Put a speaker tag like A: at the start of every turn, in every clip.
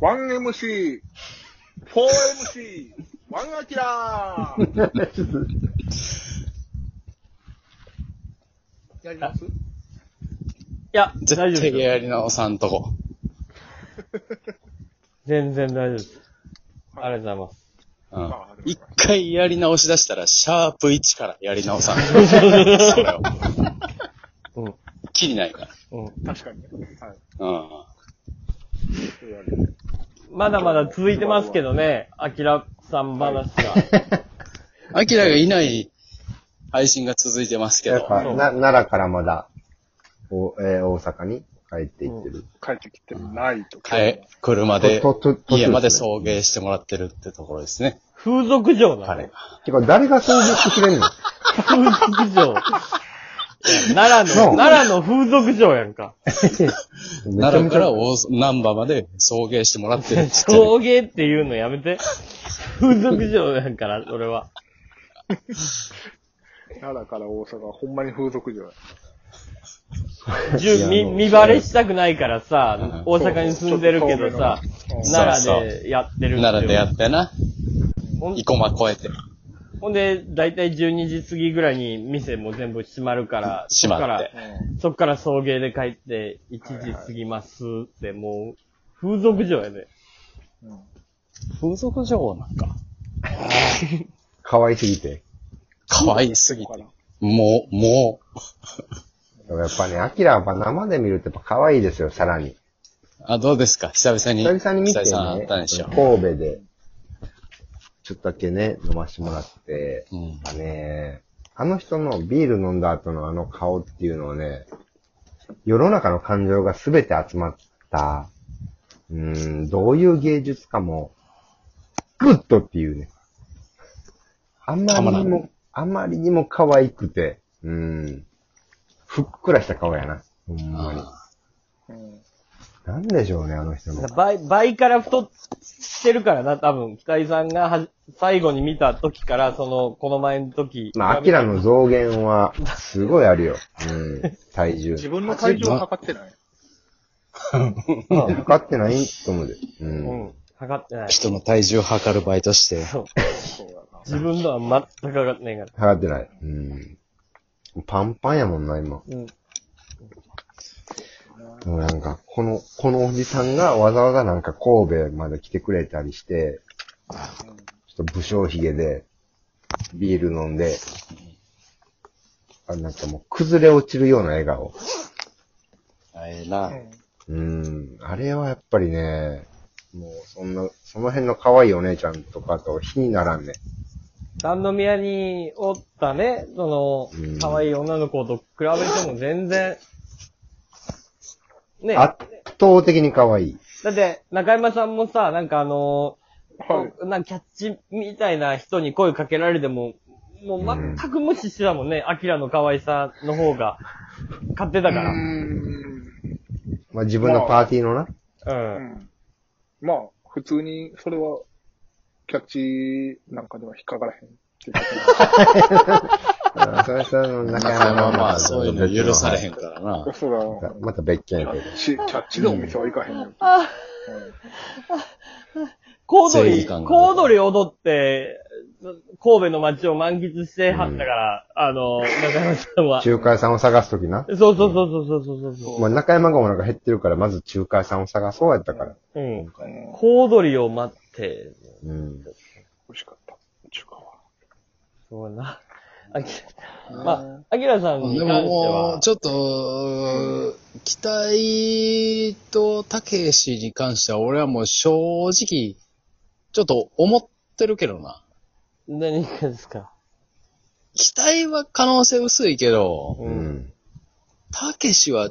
A: 1MC、4MC、1アキラーやります
B: いや、
C: 絶
B: 大丈夫
C: 対
B: です。
C: やり直さんとこ。
B: 全然大丈夫です。ありがとうございます。
C: うん
A: まあでも
C: 一回やり直し出したら、シャープ1からやり直さん。 それを。
B: うん。
C: きりないか
B: うん。
A: 確かにね。はい。
C: ら。うん。
A: そういうわけで
B: まだまだ続いてますけどね、アキラさん 話が。
C: アキラがいない配信が続いてますけ
D: やっ
C: ど。
D: ぱ、な、奈良からまだ、おえー大阪に帰っていってる。
A: 帰ってきてないとか。
C: はい。車で
D: ととと
C: 家まで送迎してもらってるってところですね。
B: 風俗嬢な
C: 彼
B: の
C: が。
D: てか、誰が送迎してくれんの
B: 風俗嬢。奈良
D: そ
B: の、
D: う
B: 奈良の風俗嬢やんか。
C: 奈良から
D: め
C: 大難波まで送迎してもらってるって言ってる
B: 陶芸っていうのやめて。風俗嬢やんから、それは。
A: 奈良から大阪はほんまに風俗嬢や。
B: じゅ
D: いや
B: 見、
D: もう
B: 見バレしたくないからさ、
C: う
B: 大阪に住んでるけどさ
A: そう、
C: そう
B: 奈
C: そう
B: 良でやってるんだよ
C: 奈良でやってな。
B: ほん
C: 生駒越えて。
B: ほんで、だいたい12時過ぎぐらいに店も全部閉まるから、
C: 閉まって
B: そっから、そっから送迎で帰って、1時過ぎますって、もう、風俗嬢やで。
A: うん。うん
C: 風俗女王なんか。
D: 可愛すぎて。
C: 可愛すぎ
A: だか
C: て。
A: ら
C: もう、もう。
D: でもやっぱね、アキラはやっぱ生で見るとやっぱ可愛いですよ、さらに。
C: あ、どうですか久々に。
D: 久々に見てね、
C: 久々に会ったんでしょ。
D: 神戸で、ちょっとだけね、飲ましてもらって、
C: うん
D: やっぱね、あの人のビール飲んだ後のあの顔っていうのはね、世の中の感情が全て集まった、うーん、どういう芸術かも、グッドっていうね。あんま
C: たまら
D: りに
C: ん
D: も、あまりにも可愛くて、うーん、ふっくらした顔やな。ほんまに。
A: うん。
D: なんでしょうね、あの人の。
B: 倍、倍から太っしてるからな、多分。北井さんがは最後に見た時から、その、この前の時。
D: まあ、アキラの増減は、すごいあるよ。うん。 体重。
A: 自分の体重を測ってない。
D: まあ、測ってないと思うで。う。
B: うんん。測っ てない。
C: 人の体重を測るバイトして。
B: そう。
A: そうやな。
B: 自分のは全く測ってないから。
D: 測ってない。うん。パンパンやもんな、今。
B: うん。
D: もうなんか、この、このおじさんがわざわざなんか神戸まで来てくれたりして、ちょっと武将髭で、ビール飲んで、あ、なんかもう崩れ落ちるような笑顔。
C: あええな。
D: うん。あれはやっぱりね、もうそんな、その辺の可愛いお姉ちゃんとかと比にならんね。
B: 三宮におったね、そ
D: うん
B: の、可愛い女の子と比べても全然、ね、だ
D: 圧倒的に可愛い。
B: って、中山さんもさ、なんかあの、
A: はい。
B: こうなんかキャッチみたいな人に声かけられても、もう全く無視してたもんね、アキラの可愛さの方が、勝手だか
A: う
B: ら。
A: ん。
D: まあ自分のパーティー のな。
B: うん。
A: うんまあ、普通に、それは、キャッチなんかでは引っかからへんっていうこと
D: あそれはそれの中山
C: まあ
D: の
C: まあ、そういうの許されへ
D: ん。
C: んからな
A: な。。 そら、
D: またまた別件
A: キ
D: やけ
A: ャ
D: ど。
A: ッチ、キャッチでお店は行かへんよ。
B: コウド
C: 正義
B: リ、
C: 感が
B: コウドリ踊って、神戸の街を満喫してはったから、あの、中山さんは。そう
D: 仲介さんを探すときな。
B: そうそうそうそうそうそう。
D: まあ中山がお腹減ってるから、まず仲介さんを探そうやったから。
B: うん。
A: うん
B: コウドリを待って、
D: うん。
A: 美味しかった。中華は。
B: そうやな。あき、まあ、アキラさんに
C: で
B: 関し
C: も
B: て
C: も
B: は
C: う、、ちょっと、期待とたけしに関しては、俺はもう正直、ちょっと思ってるけどな。
B: 何がですか
C: 期待は可能性薄いけど、
B: う。
D: うんん。
C: たけしは、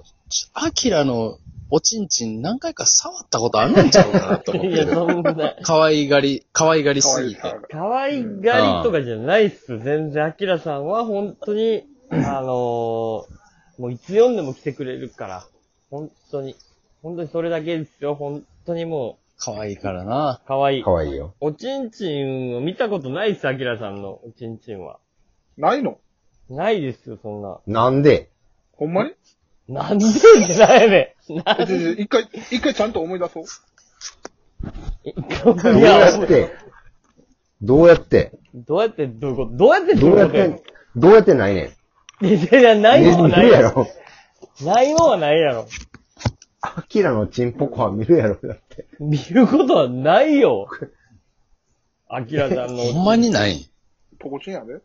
C: アキラのおちんちん何回か触ったことあるんちゃうかなと思っ
B: い
C: て
B: や、
C: る。
B: そんな、
C: 可愛がり、可愛がりすぎ
A: 可愛
C: て
A: い。
B: 可愛がりとかじゃないっす。全然、アキラさんは本当に、あのーもういつ読んでも来てくれるから、本当に、本当にそれだけですよ。本当にも
C: 可愛いからな。
B: う、可愛い
D: 可。愛いよ。
B: おちんちんを見たことないっす、アキラさんのおちんちんは。
A: ないの
B: ないですよ、そんな。
D: なんで
A: ほんまに
B: なんでってないねん。な
A: えちょちょ一回、一回ちゃんと思い出そう。
D: どうやって、どうやって、
B: どうやって、どういうことどうやって
D: どうやっ
B: や
D: て、どうやってないねん。
B: いやいや、ないもんは
D: 見
B: ない
D: るや
B: やろ。
D: ろ。
B: ないもんはないやろ。
D: アキラのチンポコは見るやろ。だって。
B: 見ることはないよ。アキラさんの。
C: ほんまにない
A: ポコチンやで。
B: う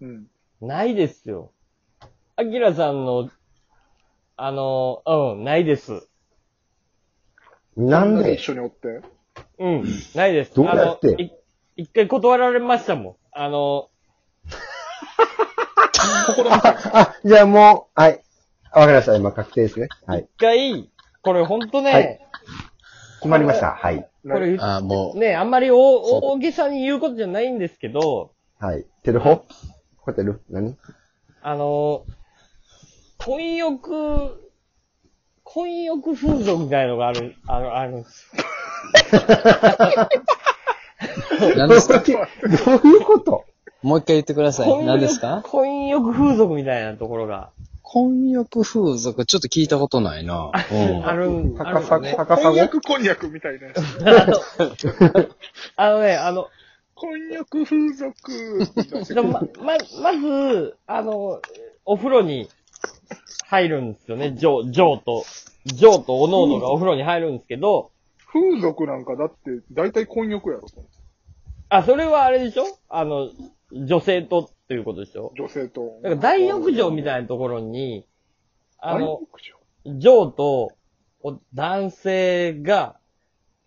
A: うん。
B: ん。ないですよ。アキラさんの、あの、うん、ないです。
D: なんで
A: 一緒におって。
B: うん、ないです。
D: どうやって
B: あのい一回断られましたもん。あの、
D: あ、じゃあもう、はい。わかりました。今確定ですね。はい。
B: 一回、これほんとね、
D: はい決まりました。はい。
B: これ言っ
C: あもう、
B: ね、あんまり大大げさに言うことじゃないんですけど、
D: はい。テルホホテル何
B: あの、婚欲、婚欲風俗みたいのがある、あの、あるんですよ。
D: ど
C: 何
D: うい
C: で
D: う
C: す か
D: こと
C: もう一回言ってください。
B: 婚
C: 何
B: 欲
C: ですか
B: 婚欲風俗みたいなところが
C: 婚欲風俗、ちょっと聞いたことないな。うん
B: あるん、あ
D: 高
B: るんだ
D: さ、
B: ね。
D: 高さ
A: 婚
D: ご
A: 約こんにゃくみたいなやつ。
B: あのね、あの、
A: 婚約風俗。
B: ま、ま、まず、あの、お風呂に入るんですよね。ジョー、ジョーと、ジョーとおのおのがお風呂に入るんですけど、
A: 風俗なんかだって、大体婚約やろ。
B: あ、それはあれでしょあの、女性とっていうことでしょ
A: 女性と。
B: なんか大浴場みたいなところに、あ
A: 大
B: の
A: 浴、場。
B: ジョーとお男性が、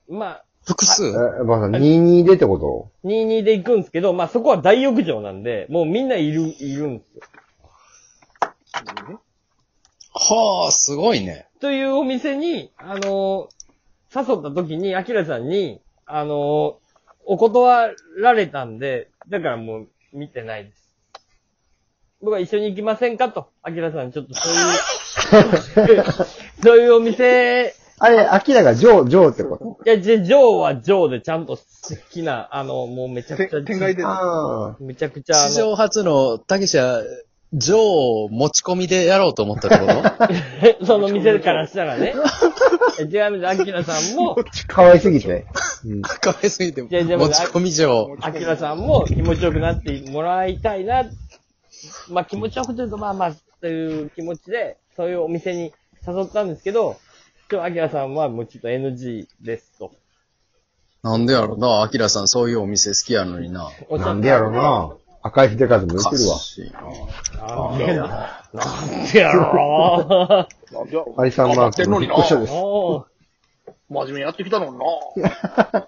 B: まあ、
C: 複数
D: え、ばあさん、22でってこと
B: 22で行くんですけど、まあそこは大浴場なんで、もうみんないる、いるんですよ。
C: はあ、すごいね。
B: というお店に、あのー誘った時に、アキラさんに、あのーお断られたんで、だからもう見てないです。僕は一緒に行きませんかと、アキラさん、ちょっとそういう、そういうお店、
D: あれ、アキラがジョー、ジョーってこ
B: いや、じゃジョーはジョーでちゃんと好きな、あの、もうめちゃく
A: て
B: ちゃ、
A: 天外で
D: と。。ああ。
B: めちゃくちゃ、あ
C: 史
B: の、
C: 上初の、たけしは、ジョーを持ち込みでやろうと思ったってこと
B: その店からしたらね。違うんです、アキラさ んも、
D: かわいすぎて。うん。
C: かわいすぎて、持
B: いやでも
C: ち込みジョー。
B: アキラさんも気持ちよくなってもらいたいな。まあ気持ちよくというか、まあまあ、という気持ちで、そういうお店に誘ったんですけど、今日アキラさんはもうちょっと NG ですと。
C: なんでやろな、アキラさんそういうお店好きやのにな。
B: おっしゃ
D: な
B: っ
D: ん
B: て
D: でやろな。赤い秀和も言ってるわ
C: おか。しいな
B: なんでな。なんでやろ
A: なんじゃ、
D: アリサンマークの引っ越し
B: う。
D: です。
B: も
A: 真面目にやってきたのにな。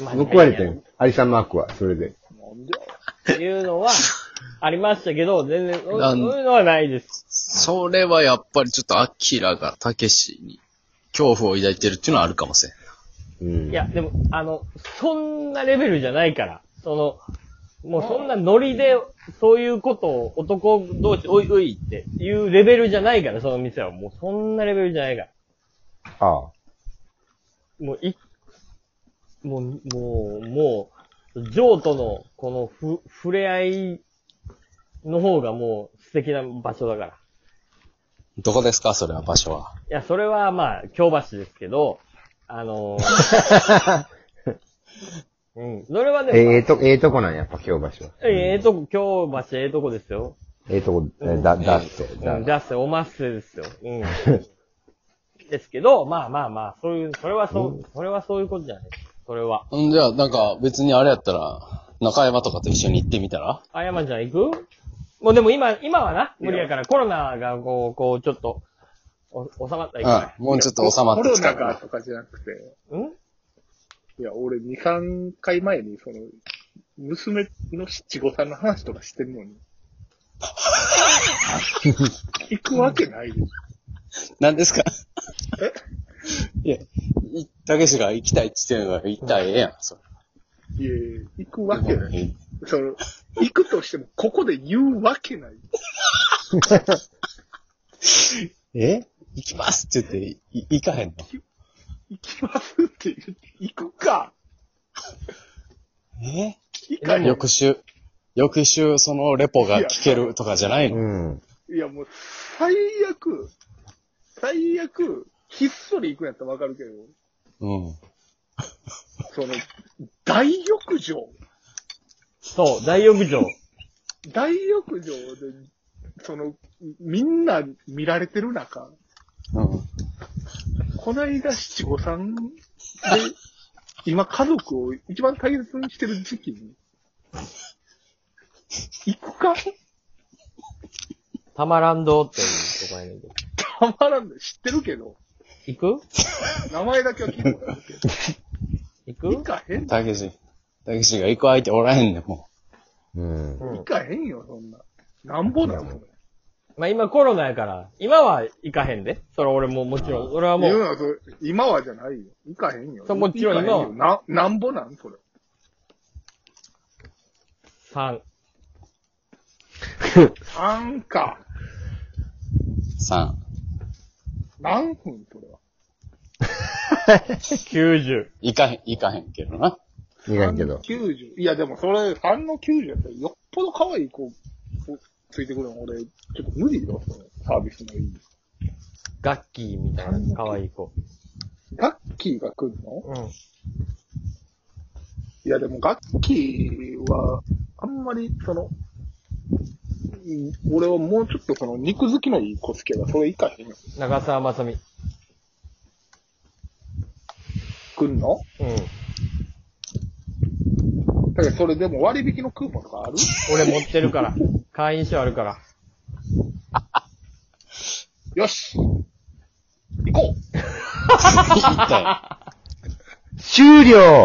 B: う、まあ
D: 報われてん。アリサンマークは、それで。
A: なんじゃ。
B: っていう のは、ありましたけど、全然、そう
C: なん
B: そういうのはないです。
C: それはやっぱりちょっとアキラがたけしに恐怖を抱いてるっていうのはあるかもしれん。
D: うん。
B: いや、でも、あの、そんなレベルじゃないから。その、もうそんなノリで、そういうことを男同士、おいおいっていうレベルじゃないから、その店は。もうそんなレベルじゃないから。
D: ああ。
B: もう、い、もう、もう、もう、ジョーとの、このふ、触れ合いの方がもう素敵な場所だから。い
C: どこですかそれは場所は。
B: や、それはまあ、京橋ですけど、あのーうん。それはね、
D: ええと、ええとこなんや、やっぱ京橋は。
B: ええとこ、京橋ええとこですよ。
D: ええとこ、えだ、だって、
B: うん、
D: だ。
B: 出せ、おまっせですよ。うん。ですけど、まあまあまあ、そういう、それはそう、それはそういうことじゃない。それは。
C: んじゃあ、なんか別にあれやったら、中山とかと一緒に行ってみたら
B: あやまちゃん行くもうでも今、今はな、無理やから、コロナがこう、こう、ちょっと、お、収まったらいいか
C: うん、もうちょっと収まって
A: コ
C: きた
A: ロナ
C: か
A: が
C: ら。
A: とかじゃなくて。
B: ら。ん
A: いや、俺、2、3回前に、その、娘の七五三の話とかしてんのに。行くわけないでしょ。
C: 何ですかいや、いたけしが行きたいって言ってるのが行ったらええやん、それ。
A: いやいや行くわけない。
C: い
A: その、行くとしても、ここで言うわけない。
C: え行きますって言って、い行かへんの
A: 行きますって言って、行くか。
C: え
A: 行かない。
C: 翌週、翌週そのレポが聞けるとかじゃないの
D: うん。
A: いや、もう、最悪、最悪、ひっそり行くんやったらわかるけど、
C: うん。
A: その、大浴場
B: そう、大浴場。
A: 大浴場で、その、みんな見られてる中、
C: うん。
A: こないだ七五三で、今家族を一番大切にしてる時期に、行くか
B: たまらんどっていうとこやねんけど。
A: たまらんの知ってるけど、
B: 行く
A: 名前だけは聞いてもらうけど
B: 行
A: 行
B: く
A: かへんの
C: たけし。たけしが行く相手おらへんねん、も
D: うん。
B: うん
A: 行。かへんよ、そんな。なんぼなのそれ。
B: まあ今コロナやから、今は行かへんで。それ俺ももちろん、俺はも
A: 言う
B: う、
A: のはそれ今はじゃないよ。行かへんよ。
B: そうもちろん今は
A: 行かへよな、なんぼなんそれ。
B: 3。
A: 3か。
C: う。三。
A: 何分それは。
B: 90。
C: 行かへん、行かへんけどな。
D: いかんけど。
A: 90。いや、でもそれ、3の90やったら、よっぽど可愛い子、ついてくるの、俺、ちょっと無理よ、そのサービスのいい。
B: ガッキーみたいな、可愛い子。
A: ガッキーが来るの
B: うん。
A: いや、でもガッキーは、あんまり、その、うん俺はもうちょっとその、肉好きのいい子好きやから、それ行かへんよ。
B: 長澤まさみ。
A: 来んの
B: うん。
A: だからそれでも割引のクーポンとかある
B: 俺持ってるから。会員証あるから。
A: よし行こう
C: 行ったよ。
D: 終了